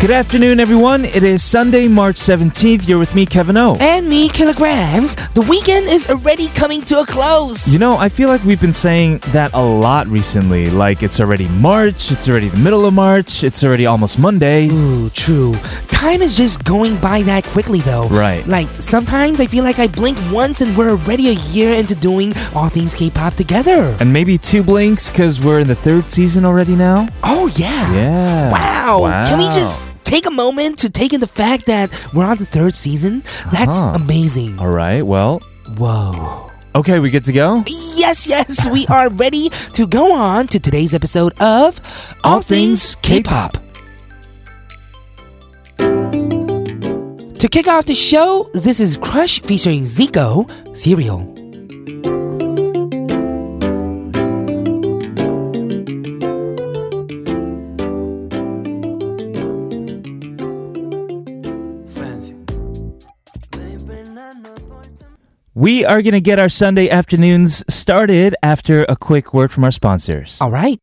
Good afternoon, everyone. It is Sunday, March 17th. You're with me, Kevin O. And me, Kilograms. The weekend is already coming to a close. You know, I feel like we've been saying that a lot recently. Like, it's already March, it's already the middle of March, it's already almost Monday. Ooh, true. Time is just going by that quickly, though. Right. Like, sometimes I feel like I blink once and we're already a year into doing all things K pop together. And maybe two blinks because we're in the third season already now. Oh, yeah. Yeah. Wow. Can we just Wow. take a moment to take in the fact that we're on the third season? That's Uh-huh. amazing. All right, well, Whoa. okay, we good to go? Yes, yes, we are ready to go on to today's episode of All Things K-Pop. To kick off the show, this is Crush featuring Zico, Serial. We are going to get our Sunday afternoons started after a quick word from our sponsors. All right.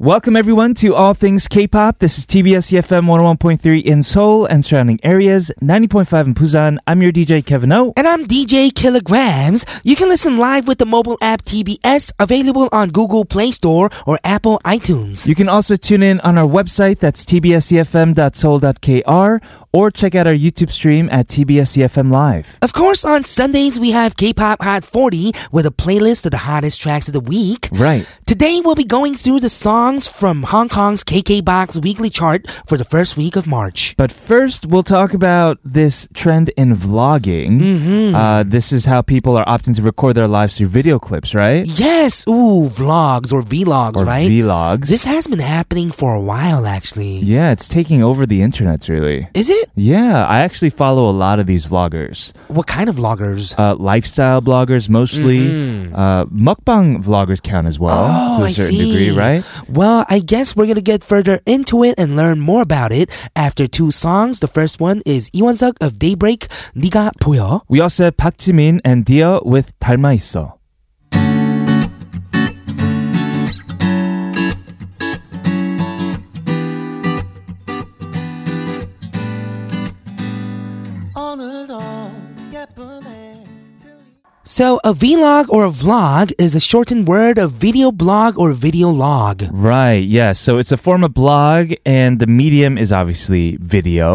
Welcome everyone to All Things K-pop. This is TBS EFM 101.3 in Seoul and surrounding areas, 90.5 in Busan. I'm your DJ Kevin O. And I'm DJ Kilograms. You can listen live with the mobile app TBS, available on Google Play Store or Apple iTunes. You can also tune in on our website, that's E tbscfm.soul.kr, or check out our YouTube stream at tbscfm E live. Of course, on Sundays, we have K pop Hot 40 with a playlist of the hottest tracks of the week. Right. Today, we'll be going through the songs from Hong Kong's KK Box weekly chart for the first week of March. But first, we'll talk about this trend in vlogging. Mm-hmm. Uh, this is how people are opting to record their lives through video clips, right? Yes, ooh, vlogs or vlogs, Or right? vlogs. this has been happening for a while, actually. yeah, it's taking over the internet, really. Is it? Yeah, I actually follow a lot of these vloggers. What kind of vloggers? Uh, lifestyle bloggers mostly. Uh, mukbang vloggers count as well to a Mm-hmm. Oh, I certain degree, right? Well, I guess we're gonna get further into it and learn more about it after two songs. The first one is Iwansuk of Daybreak, 네가 보여. We also have Park Jimin and Dia with 닮아 있어. So, a vlog or a vlog is a shortened word of video blog or video log. Right, yeah. So it's a form of blog, and the medium is obviously video.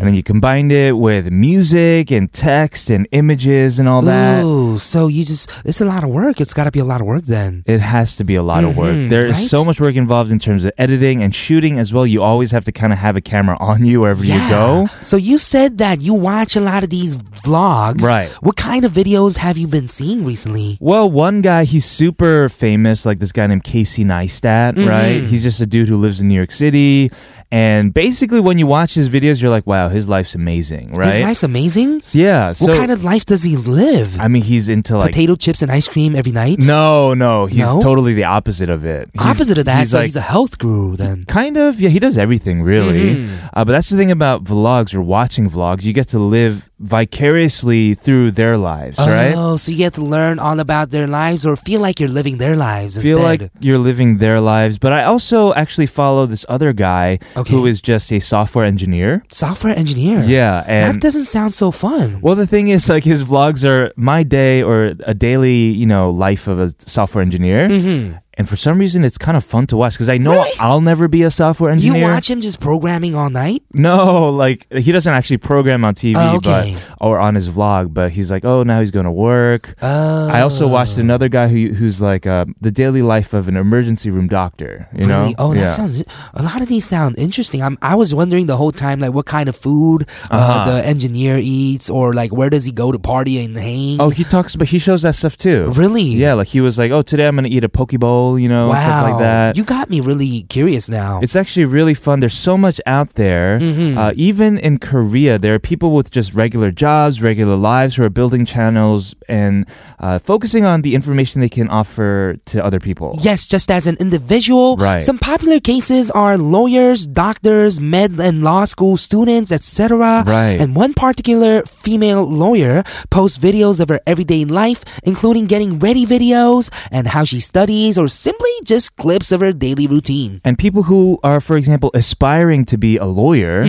And then you combine it with music and text and images and all that. Ooh, so you just, it's a lot of work. It's gotta be a lot of work then. It has to be a lot of work. Mhm, There is right? so much work involved in terms of editing and shooting as well. You always have to kind of have a camera on you wherever you go. So you said that you watch a lot of these vlogs. Right. What kind of videos have you been seeing recently? Well, one guy, he's super famous, like this guy named Casey Neistat, Mm-hmm. right? He's just a dude who lives in New York City. And basically, when you watch his videos, you're like, wow, his life's amazing, right? His life's amazing. So, yeah. So, what kind of life does he live? I mean, he's into like. Potato chips and ice cream every night? No, no, he's No? totally the opposite of it. He's- Opposite of that, he's so like he's a health guru then. kind of yeah. He does everything really, Mm-hmm. uh, but that's the thing about vlogs or watching vlogs. You get to live vicariously through their lives, right? Oh, so you get to learn all about their lives or feel like you're living their lives Feel instead. like you're living their lives. But I also actually follow this other guy Okay. who is just a software engineer. Software engineer. Yeah, and that doesn't sound so fun. Well, the thing is, like his vlogs are my day or a daily, you know, life of a software engineer. Mm-hmm. And for some reason, it's kind of fun to watch because I know Mm. Really? I'll never be a software engineer. You watch him just programming all night? No, like he doesn't actually program on TV, Oh, okay. but or on his vlog. But he's like, oh, now he's going to work. Uh, I also watched another guy who who's like uh, the daily life of an emergency room doctor. You really? know? Oh, Yeah. that sounds. A lot of these sound interesting. I'm, I was wondering the whole time, like, what kind of food uh, Uh-huh. the engineer eats, or like, where does he go to party and hang? Oh, he talks, but he shows that stuff too. really? Yeah, like he was like, oh, today I'm going to eat a poke bowl, you know, Wow. stuff like that. You got me really curious now. It's actually really fun. There's so much out there. Mm-hmm. Uh, even in Korea, there are people with just regular jobs, regular lives who are building channels and uh, focusing on the information they can offer to other people. Yes, just as an individual. Right. Some popular cases are lawyers, doctors, med and law school students, etc. Right. And one particular female lawyer posts videos of her everyday life, including getting ready videos and how she studies or simply just clips of her daily routine. And people who are, for example, aspiring to be a lawyer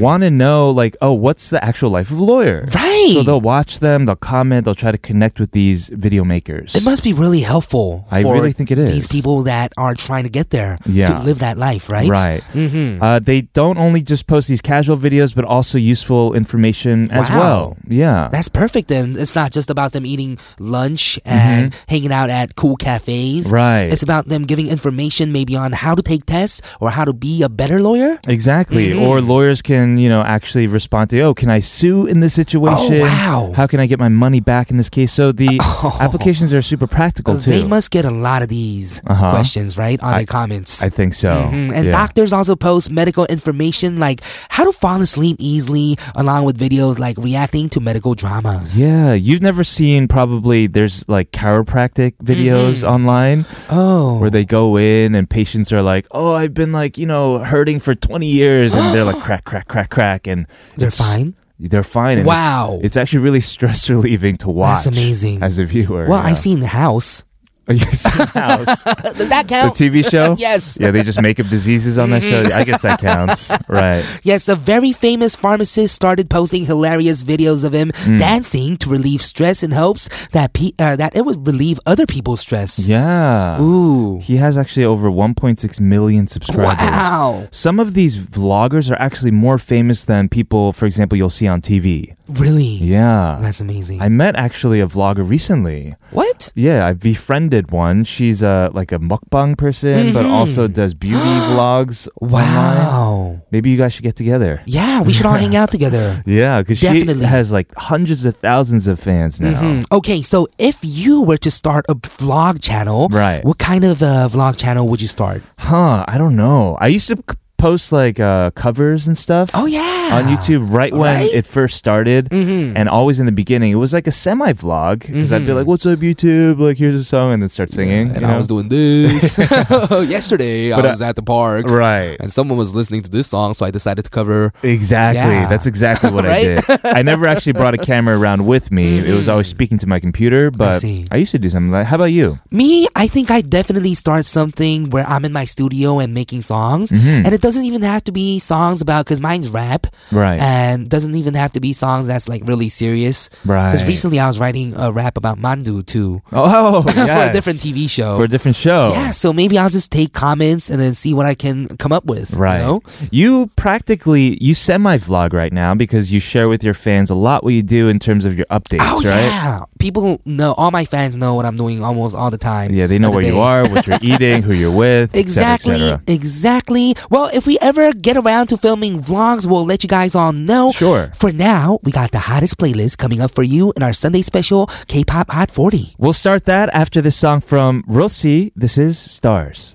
want to know, like, oh, what's the actual life of a lawyer? Mm-hmm. Right. So they'll watch them, they'll comment, they'll try to connect with these video makers. It must be really helpful. I for really think it These is. people that are trying to get there to Yeah. live that life, right? Right. hmm Uh, they don't only just post these casual videos, but also useful information as Wow. well. Yeah. That's perfect. Then it's not just about them eating lunch and hanging out at cool cafes. Mm-hmm. right. It's about them giving information maybe on how to take tests or how to be a better lawyer. Exactly. Mm-hmm. Or lawyers can, you know, actually respond to, oh, can I sue in this situation? Oh, wow. Oh. How can I get my money back in this case? So the applications are super practical too. They must get a lot of these Uh-huh. questions, right? On their comments. I think so. Mhm. And Yeah. doctors also post medical information like how to fall asleep easily, along with videos like reacting to medical dramas. Yeah, you've never seen probably there's like chiropractic videos Mm-hmm. online Oh. where they go in and patients are like, "Oh, I've been like, you know, hurting for 20 years." And they're like crack crack crack crack and They're it's- fine? They're fine. and it's- Wow. It's, actually really stress relieving to watch. That's amazing. As a viewer. well, yeah. I've seen House. Uh, You've seen House. Does the that count? TV show? Yes. Yeah, they just make up diseases on that show. I guess that counts. Right. Yes, a very famous pharmacist started posting hilarious videos of him Hmm. dancing to relieve stress in hopes that pe- uh, that it would relieve other people's stress. Yeah. Ooh. He has actually over 1.6 million subscribers. Wow. Some of these vloggers are actually more famous than people, for example, you'll see on TV. Really? Yeah. That's amazing. I met actually a vlogger recently. what? Yeah, I befriended one. She's a like a mukbang person, but also does beauty vlogs online. Mm-hmm. Wow. Maybe you guys should get together. Yeah, we should all hang out together. Yeah, because she Definitely. has like hundreds of thousands of fans now. Mhm. Okay, so if you were to start a vlog channel, Right. what kind of uh, vlog channel would you start? Huh? I don't know. I used to c- post like uh, covers and stuff. Oh yeah, on YouTube right when Right? it Mm-hmm. first started, and always in the beginning, it was like a semi vlog because I'd be like, "What's up, YouTube? Like, here's a song," and then start singing. you And I know? was doing this yesterday. But, I uh, was at the park, right. and someone was listening to this song, so I decided to cover. Exactly. Yeah. That's exactly what Right? I did. I never actually brought a camera around with me. It was always speaking to my computer, but see. Mm-hmm. I, used to do something like How about you? Me, I think I definitely start something where I'm in my studio and making songs, Mm-hmm. and it doesn't even have to be songs about because mine's rap, Right. and doesn't even have to be songs that's like really serious. right. Because recently I was writing a rap about Mandu too oh, for a yes. different TV show. For a different show. Yeah, so maybe I'll just take comments and then see what I can come up with. Right. You know? You practically you semi vlog right now because you share with your fans a lot what you do in terms of your updates, Oh right? yeah. People know. All my fans know what I'm doing almost all the time. Yeah, they know of the where you day. are, what you're eating, who you're with, et cetera, et Exactly. cetera. Exactly. Well, if we ever get around to filming vlogs, we'll let you guys all know. Sure. For now, we got the hottest playlist coming up for you in our Sunday special, K-pop Hot 40. We'll start that after this song from Rosi. This is Stars.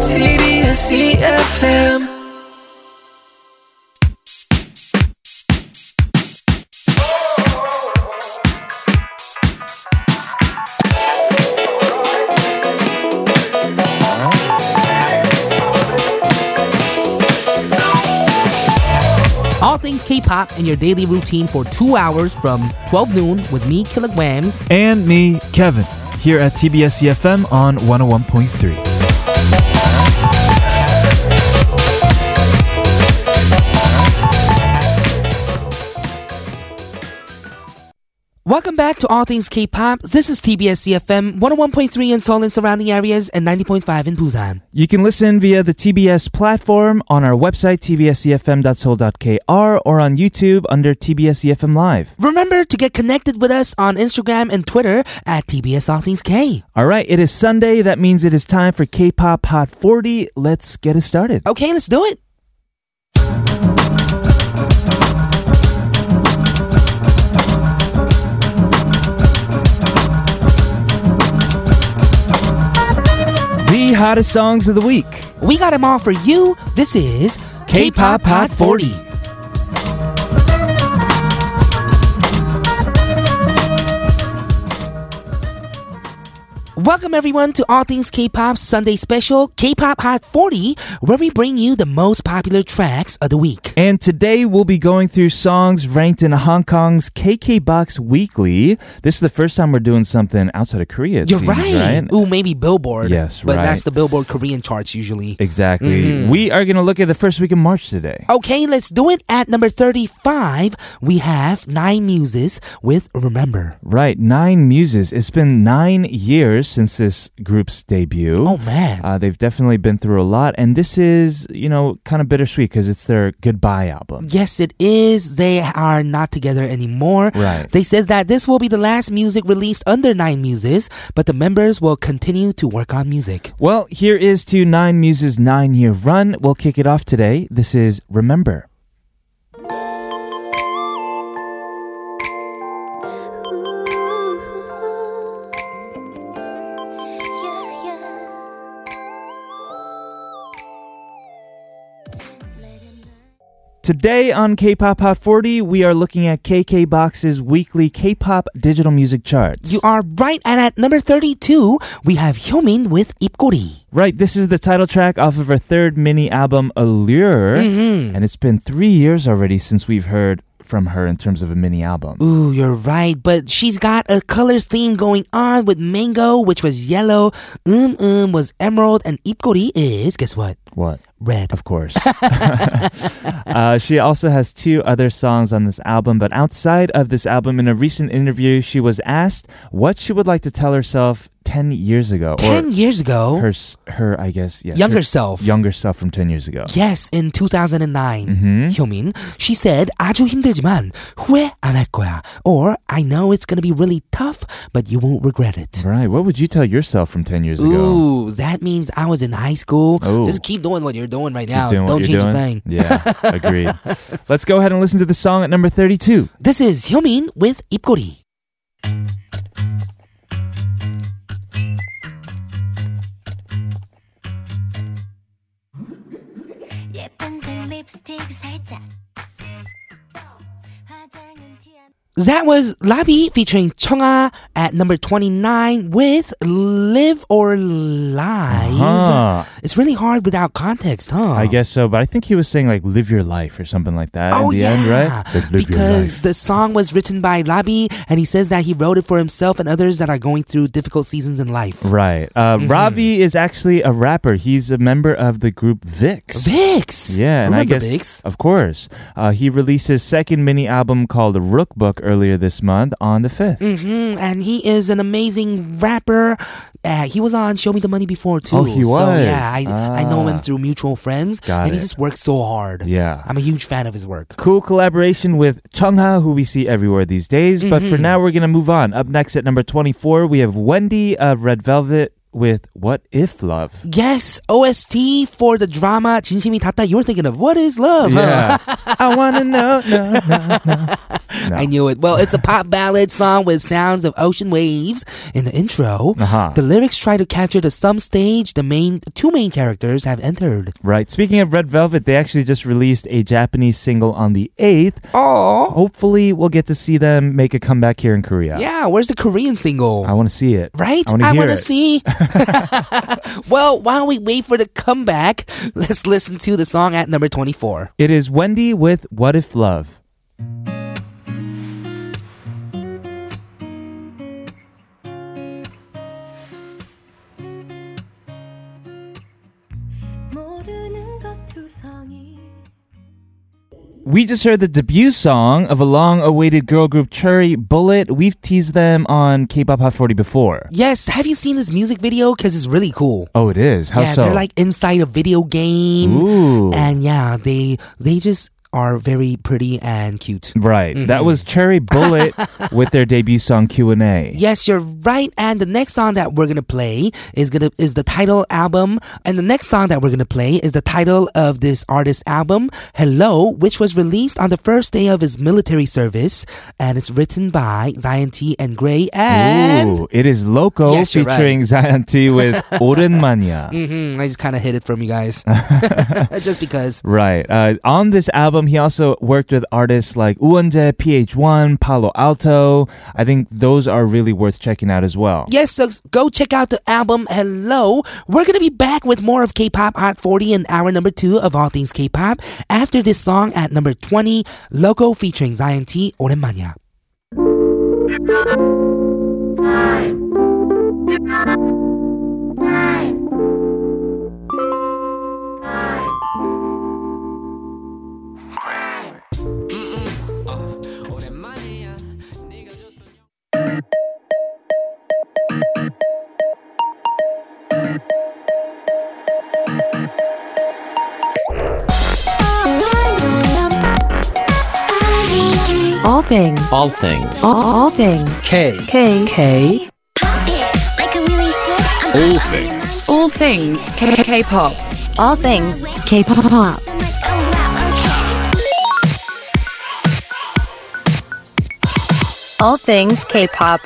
CBS EFM. All things K-pop in your daily routine for two hours from 12 noon with me, Kilograms. And me, Kevin, here at TBS EFM on 101.3. Welcome back to All Things K-pop. This is TBS CFM 101.3 in Seoul and surrounding areas and 90.5 in Busan. You can listen via the TBS platform on our website, tbsefm.soul.kr, or on YouTube under TBS EFM Live. Remember to get connected with us on Instagram and Twitter at TBS All Things K. All right, it is Sunday. That means it is time for K pop Hot 40. Let's get it started. Okay, let's do it. The hottest songs of the week. We got them all for you. This is K-pop Hot 40. Welcome everyone to All Things K-pop Sunday Special K-pop Hot 40, where we bring you the most popular tracks of the week. And today we'll be going through songs ranked in Hong Kong's KKBox Weekly. This is the first time we're doing something outside of Korea. it You're seems, right. right? Ooh, maybe Billboard. Yes, but right. that's the Billboard Korean charts usually. Exactly. Mm-hmm. We are going to look at the first week of March today. Okay, let's do it. At number 35, we have Nine Muses with Remember. Right, Nine Muses. It's been nine years since this group's debut. Oh man. Uh, they've definitely been through a lot, and this is, you know, kind of bittersweet because it's their goodbye album. Yes, it is. They are not together anymore. Right. They said that this will be the last music released under Nine Muses, but the members will continue to work on music. Well, here is to Nine Muses' nine year run. We'll kick it off today. This is Remember. Today on K-Pop Hot 40, we are looking at KK Box's weekly K-pop digital music charts. You are right, and at number 32, we have Hyomin with Ipkori. right, this is the title track off of her third mini album Allure, Mm-hmm. Mm. and it's been 3 years already since we've heard from her in terms of a mini album. Ooh, you're right, but she's got a color theme going on with Mango, which was yellow, Um Um was emerald, and Ipkori is, guess what? What? Red. Of course. uh, she also has two other songs on this album, but outside of this album, in a recent interview, she was asked what she would like to tell herself 10 years ago. or 10 years ago, her, s- her, I guess, yes. younger her self. Younger self from 10 years ago. Yes, in 2009, Mm-hmm. Hmm? Hyomin, she said, 아주 힘들지만 후회 안 할 거야. Or, I know it's gonna be really tough, but you won't regret it. Right. What would you tell yourself from 10 years ago? Ooh, that means I was in high school. Ooh. Just keep doing what you're doing right Oh. Keep now. doing what Don't you're change a doing? thing. Yeah, agreed. Let's go ahead and listen to the song at number 32. This is Hyomin with 입꼬리. 예쁜 색 립스틱 살짝 화장은 티 안- That was Labi featuring Chonga at number 29 with Live or Live. Huh. It's really hard without context, huh? Uh-huh. I guess so, but I think he was saying like live your life or something like that in Oh the yeah, end, right? Like, live your because the song was written by Robbie, and he says that he wrote it for himself and others that are going through difficult seasons in life. Right. Uh, Ravi is actually a rapper. He's a member of the group Vix. Vix, Yeah, and I Remember guess Vix? of course uh, he released his second mini album called Rook Book earlier this month on the fifth. hmm and he is an amazing rapper. Uh, he was on Show Me the Money before Oh, too. he So, was. yeah, I, I know Ah. him through mutual friends, Got and he it. just works so hard. Yeah. I'm a huge fan of his work. Cool collaboration with Chungha, who we see everywhere these days. But Mm-hmm. for now, we're going to move on. Up next at number 24, we have Wendy of Red Velvet with What If Love. Yes, OST for the drama 진심이 닿다. You were thinking of what is love? huh? I want to know. No, no, no. No. I knew it. Well, it's a pop ballad song with sounds of ocean waves in the intro. Uh-huh. The lyrics try to capture the some stage the main two main characters have entered. Right. Speaking of Red Velvet, they actually just released a Japanese single on the 8th. Oh, Hopefully, we'll get to see them make a comeback here in Korea. yeah. Where's the Korean single? I want to see it. Right? I want to hear wanna it. see. well, while we wait for the comeback, let's listen to the song at number 24. It is Wendy with What If Love. 모르는 것 투성이 We just heard the debut song of a long awaited girl group Cherry Bullet. We've teased them on K pop Hot 40 before. Yes, have you seen this music video? Because it's really cool. Oh, it is. How yeah, so? they're like inside a video game. Ooh. and yeah they they just are very pretty and cute. Right. Mm-hmm. That was Cherry Bullet with their debut song Q&A. Yes, you're right. And the next song that we're gonna play is gonna is the title album, and the next song that we're gonna play is the title of this artist album, "Hello," which was released on the first day of his military service, and it's written by Zion T and Gray and. Ooh, it is Loco Yes, you're right. featuring Zion T with 오랜만이야. Mhm, I just kind of hid it from you guys, just because. Right. Uh, on this album, he also worked with artists like Uwonje, PH1, Palo Alto. I think those are really worth checking out as well. Yes, so go check out the album Hello. We're going to be back with more of K pop Hot 40 in hour number two of All Things K pop after this song at number 20, Loco featuring Zion T. 오랜만이야. All things. All things. All, all things. K. K. K. All things. All things. K. K. Pop. All things. K. Pop. All things K. Pop.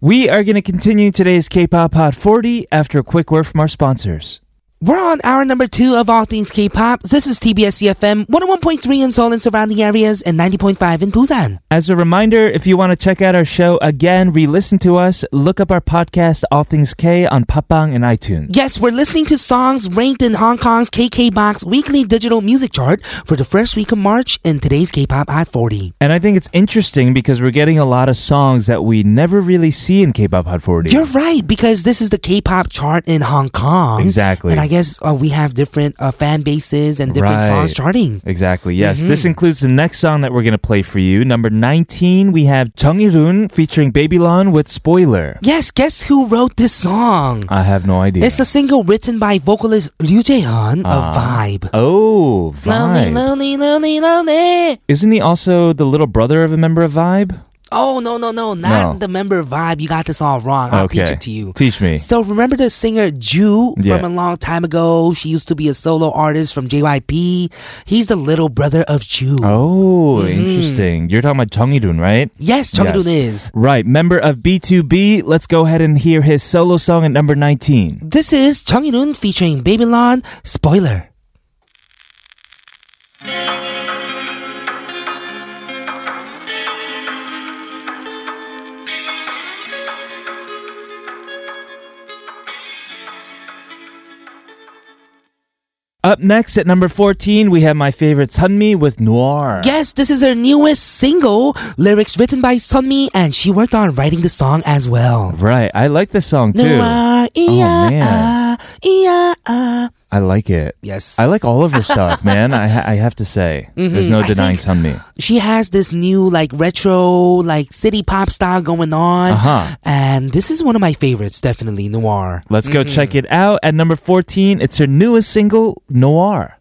We are going to continue today's K-Pop Hot 40 after a quick word from our sponsors. We're on hour number two of All Things K-pop. This is TBS CFM 101.3 in Seoul and surrounding areas and 90.5 in Busan. As a reminder, if you want to check out our show again, re-listen to us, look up our podcast All Things K on Papang and iTunes. Yes, we're listening to songs ranked in Hong Kong's KKBOX weekly digital music chart for the first week of March in today's K-pop Hot 40. And I think it's interesting because we're getting a lot of songs that we never really see in K-Pop Hot 40. You're right because this is the K-pop chart in Hong Kong. Exactly. And I guess uh, we have different uh, fan bases and different songs Right. charting. Exactly. Yes. Mm-hmm. This includes the next song that we're going to play for you. Number 19, we have Jung Irun featuring Babylon with Spoiler. Yes, guess who wrote this song? I have no idea. It's a single written by vocalist Liu Jaehyun of Vibe. Oh, Ah. Vibe. Lonely, lonely, lonely, lonely. Isn't he also the little brother of a member of Vibe? Oh no, no, no! Not No. the member Vibe. You got this all wrong. I'll Ah, teach it to you. Teach me. So remember the singer Ju Yeah. from a long time ago? She used to be a solo artist from JYP. He's the little brother of Ju. Oh, Mm-hmm. interesting. You're talking about Jung Irun, right? Yes, Chungdun Yes. is. Right, member of B2B. Let's go ahead and hear his solo song at number 19. This is Chungdun featuring Babylon. Spoiler. Up next at number 14, we have my favorite Sunmi with Noir. Yes, this is her newest single. Lyrics written by Sunmi, and she worked on writing the song as well. Right, I like this song too. Noir, Oh, man. yeah, yeah, ah. I like it. Yes. I like all of her stuff, man. I, ha- I have to say, there's no Mm-hmm. I denying think- Sunmi. she has this new like retro like city pop style going on Uh-huh. and this is one of my favorites definitely noir Let's go check Mm-hmm. it out. At number 14, it's her newest single, Noir.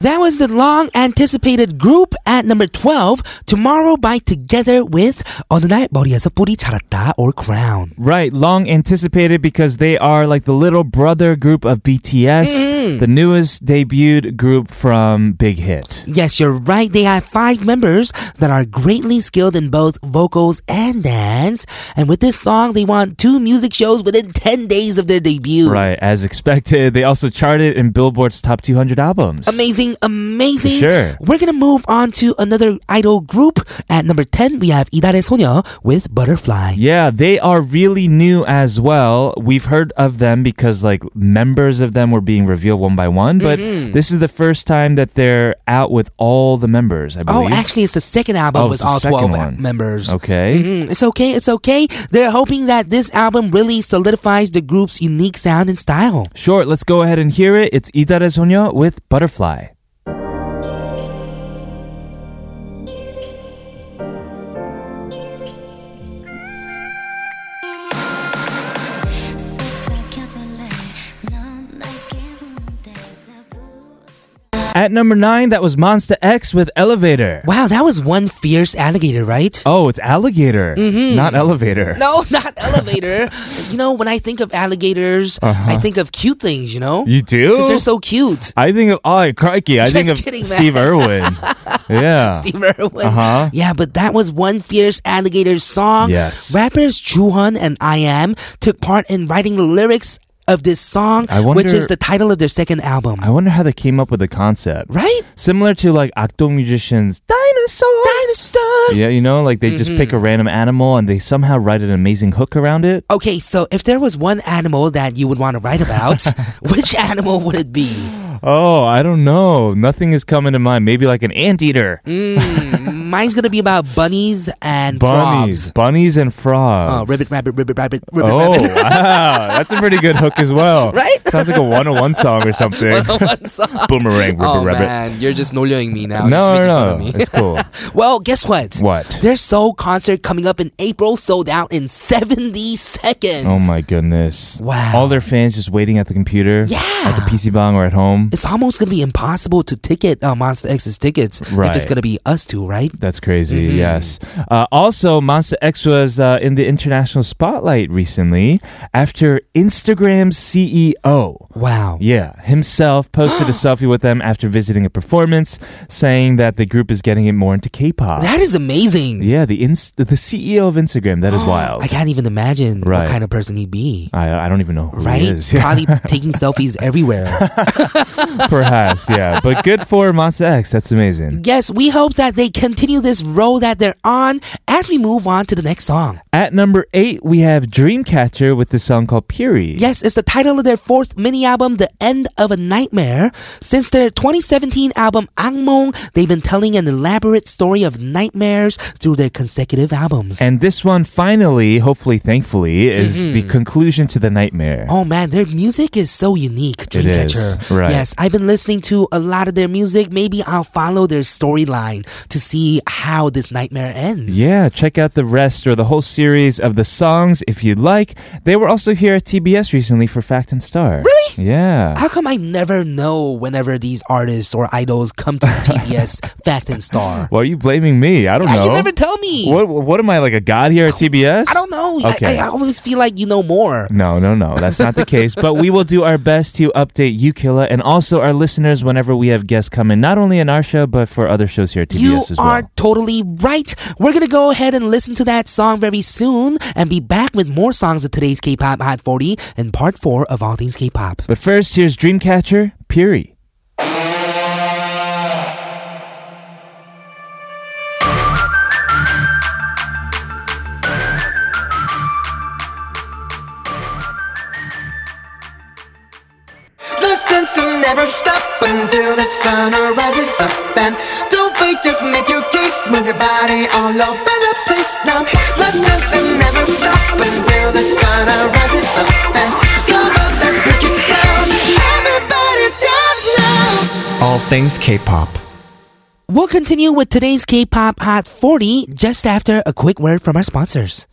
that was the long anticipated group at number 12 tomorrow by together with 어느 날 머리에서 뿌리 자랐다 or crown Right, long anticipated because they are like the little brother group of BTS, Mm-hmm. the newest debuted group from Big Hit. Yes, you're right. They have five members that are greatly skilled in both vocals and dance. And with this song, they won two music shows within 10 days of their debut. Right, as expected, they also charted in Billboard's top 200 albums. Amazing, amazing. Sure. We're gonna move on to another idol group. At number ten, we have Idare Sonya with Butterfly. Yeah, they are really new as well. We've heard of them because like members of them were being revealed one by one, but Mm-hmm. this is the first time that they're out with all the members, I Oh, believe. actually, it's the second album Oh, with it's the all second twelve one. members. Okay. Mm, it's okay, it's okay. They're hoping that this album really solidifies the group's unique sound and style. Sure, let's go ahead and hear it. It's Idare Sonya with Butterfly. 널 At number nine, that was Monster X with Elevator. Wow, that was one fierce alligator, right? Oh, it's Alligator, not Elevator. Mm-hmm. No, not elevator. you know, when I think of alligators, I think of cute things, you know? Uh-huh. You do? Because they're so cute. I think of, oh, crikey, I Just think of kidding, man. Steve Irwin. yeah. Steve Irwin. Uh-huh. Yeah, but that was one fierce alligator song. Yes. Rappers Juhan and I Am took part in writing the lyrics of this song, I wonder- which is the title of their second album. I wonder how they came up with the concept. right? Similar to like Akdo musicians, dinosaur. Dinosaur. yeah, you know, like they just pick Mm-hmm. a random animal and they somehow write an amazing hook around it. Okay, so if there was one animal that you would want to write about, which animal would it be? Oh, I don't know. Nothing is coming to mind. Maybe like an anteater. Mm, mine's gonna be about bunnies and Bunnies. frogs. Bunnies and frogs. Oh, ribbit, rabbit, ribbit, rabbit, ribbit, Oh, rabbit. wow. That's a pretty good hook as well. Right? Sounds like a 101 song or something. Boomerang, ribbit, Oh rabbit. man, you're just noyoing me now. No, You're just making fun no, of no. me. It's cool. Well, guess what? What? Their soul concert coming up in April sold out in 70 seconds. Oh my goodness. Wow. All their fans just waiting at the computer. Yeah. At the PC bong or at home. It's almost going to be impossible to ticket uh, Monster X's tickets if it's Right. going to be us two, right? That's crazy. Mm-hmm. Yes. Uh, also, Monster X was uh, in the international spotlight recently after Instagram CEO. Wow. Yeah, himself posted a selfie with them after visiting a performance, saying that the group is getting it more into K-pop. That is amazing. yeah, the inst- the CEO of Instagram. That is wild. I can't even imagine what Right. kind of person he'd be. I, I don't even know who Right? he is. Probably taking selfies everywhere. Perhaps, yeah. But good for Monster X. That's amazing. Yes, we hope that they continue this road that they're on as we move on to the next song. At number eight, we have Dreamcatcher with the song called Piri. Yes, it's the title of their fourth mini album, The End of a Nightmare. Since their 2017 album, Angmong, they've been telling an elaborate story of nightmares through their consecutive albums. And this one, finally, hopefully, thankfully, is the conclusion to the nightmare. Mm-hmm. Oh man, their music is so unique, It is, Dreamcatcher. right. Yes, I've been listening to a lot of their music. Maybe I'll follow their storyline to see how this nightmare ends. Yeah, check out the rest or the whole series of the songs if you'd like. They were also here at TBS recently for Fact and Star. Really? Yeah. How come I never know whenever these artists or idols come to TBS Fact and Star? Why are you blaming me? I don't Yeah, know. you never tell me. What, what am I, like a god here at TBS? I don't know. Okay. I, I always feel like you know more. No, no, no. That's not the case. But we will do our best to update you, Killa, and also our listeners whenever we have guests come in, not only in our show, but for other shows here at TBS You as well. are totally right. We're going to go ahead and listen to that song very soon and be back with more songs of today's K pop Hot 40 and part 4 of All Things K pop. But first, here's Dreamcatcher, Piri. The sunset never stop until the sun rises up and don't wait, just make your case, move your body all over the place now. The sunset never stop until the sun rises up and come on, let's break it down. Everybody dance now. All things K-pop. We'll continue with today's K pop Hot 40 just after a quick word from our sponsors.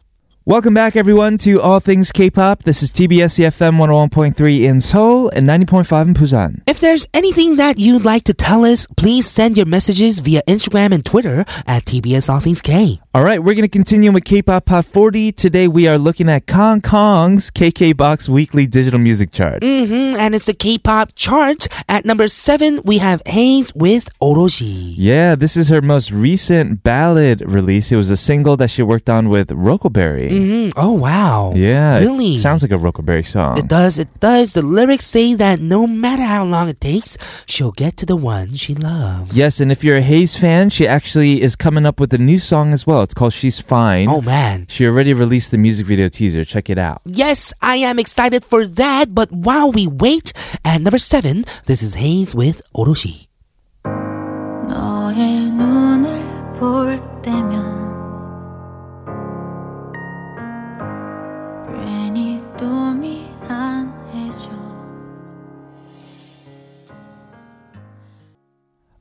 Welcome back, everyone, to All Things K-Pop. This is TBS EFM 101.3 in Seoul and 90.5 in Busan. If there's anything that you'd like to tell us, please send your messages via Instagram and Twitter at TBS All Things K. All right, we're going to continue with K-Pop Hot 40. Today, we are looking at Kong Kong's KK Box Weekly Digital Music Chart. Mm, and it's the K-pop chart. At number seven, we have Hayes with Oroji. Yeah, this is her most recent ballad release. It was a single that she worked on with Rockleberry. Mm, oh wow! Yeah, it really? sounds like a Rockleberry song. It does. It does. The lyrics say that no matter how long it takes, she'll get to the one she loves. Yes, and if you're a Hayes fan, she actually is coming up with a new song as well. It's called She's Fine. Oh man. She already released the music video teaser. Check it out. Yes, I am excited for that. But while we wait, at number seven, this is Hayes with Oroji. 너의 눈을 볼 때면 괜히 또 미안해져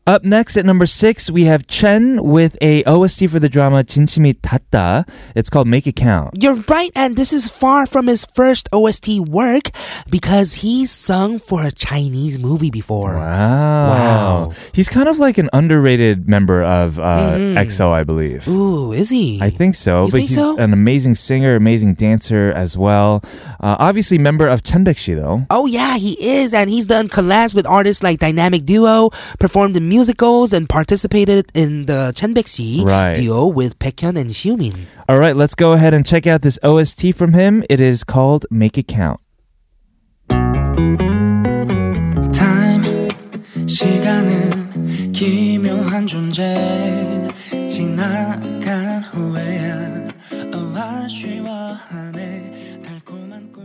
Up next at number six, we have Chen with a OST for the drama 진심이 닿다. It's called Make It Count. You're right, and this is far from his first OST work because he sung for a Chinese movie before. Wow. Wow. He's kind of like an underrated member of uh, EXO, I believe. Mm-hmm. Ooh, is he? I think so, You but think he's so? an amazing singer, amazing dancer as well. Uh, obviously, member of Chenbekshi though. Oh yeah, he is, and he's done collabs with artists like Dynamic Duo, performed in musicals, and participated in the Chenbekshi Right. duo with Baekhyun and Xiumin. All right, let's go ahead and check out this OST from him. It is called Make It Count. time 시간은 기묘한 존재 지나간 후에야 아쉬워하네 달콤한 꿈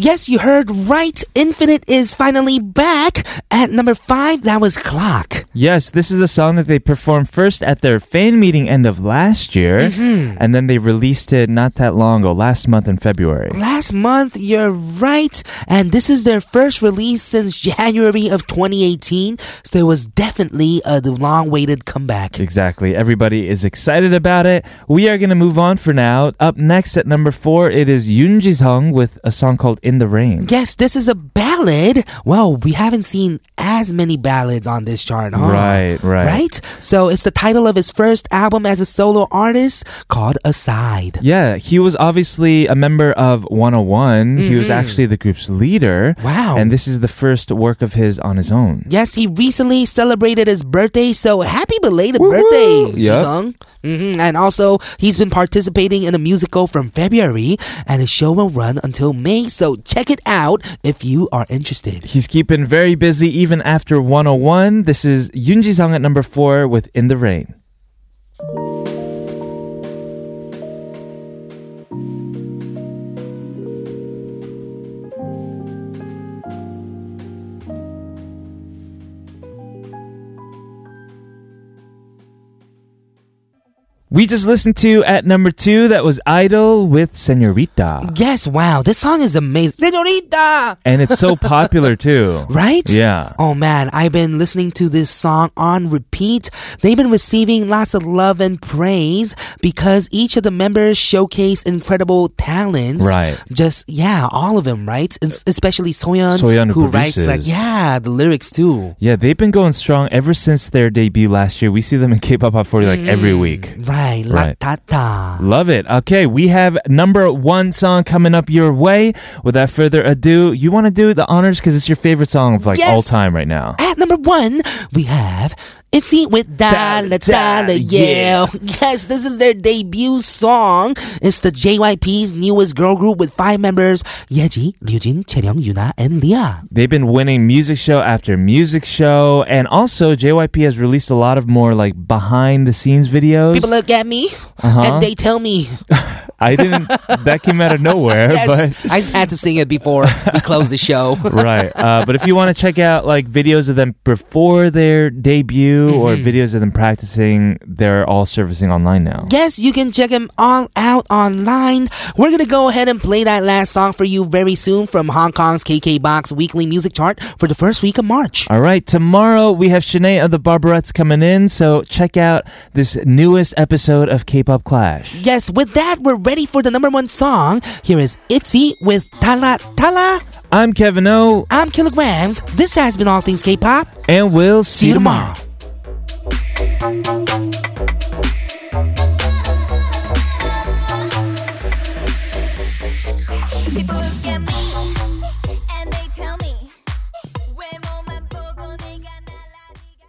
Yes, you heard right. Infinite is finally back at number five. That was Clock. Yes, this is a song that they performed first at their fan meeting end of last year, Mm-hmm. and then they released it not that long ago, last month in February. Last month, you're right. And this is their first release since January of 2018. So it was definitely a long awaited comeback. Exactly. Everybody is excited about it. We are going to move on for now. Up next at number four, it is Yoon Ji Sung with a song called In the Rain. Yes, this is a ballad. Well, we haven't seen as many ballads on this chart, huh? Right, right. Right? So it's the title of his first album as a solo artist called Aside. Yeah, he was obviously a member of 101. He was actually the group's leader. Mm-hmm. Wow. And this is the first work of his on his own. Yes, he recently celebrated his birthday, so happy belated Woo-woo! birthday, Yep. Jisung. hmm And also, he's been participating in a musical from February, and the show will run until May, so check it out if you are interested. He's keeping very busy even after 101. This is Yoon Ji Sung at number four with In the Rain. We just listened to at number two, that was Idol with Senorita. Yes, wow, this song is amazing. Senorita! And it's so popular too. Right? Yeah. Oh man, I've been listening to this song on repeat. They've been receiving lots of love and praise because each of the members showcase incredible talents. Right. Just yeah, all of them, right? And s- especially Soyeon, Soyeon who who writes like produces. yeah, the lyrics too. Yeah, they've been going strong ever since their debut last year. We see them in K-pop Hot 40 like every Mm. week. Right, Right. Latata. Love it. Okay, we have number one song coming up your way. Without further ado, you want to do the honors because it's your favorite song of like Yes. all time right now. At number one, we have Itzy with Dollar Dollar Yeah. Yes, this is their debut song. It's the JYP's newest girl group with five members Yeji, Ryujin, Chaeryeong, Yuna, and Leah. They've been winning music show after music show, and also JYP has released a lot of more like behind the scenes videos. People look at me and they tell me, I didn't. that came out of nowhere, but yes, I just had to sing it before we close the show. right. Uh, but if you want to check out like videos of them before their debut or videos of them practicing, they're all servicing online now. Yes, you can check them all out online. We're gonna go ahead and play that last song for you very soon from Hong Kong's KK Box weekly music chart for the first week of March. All right, tomorrow we have Shanae of the Barbarettes coming in, so check out this newest episode of K-pop Clash. Yes, with that, we're ready for the number one song. Here is Itzy with Tala Tala. I'm Kevin O, I'm Kilograms. This has been All Things K-Pop. and we'll see, See you tomorrow.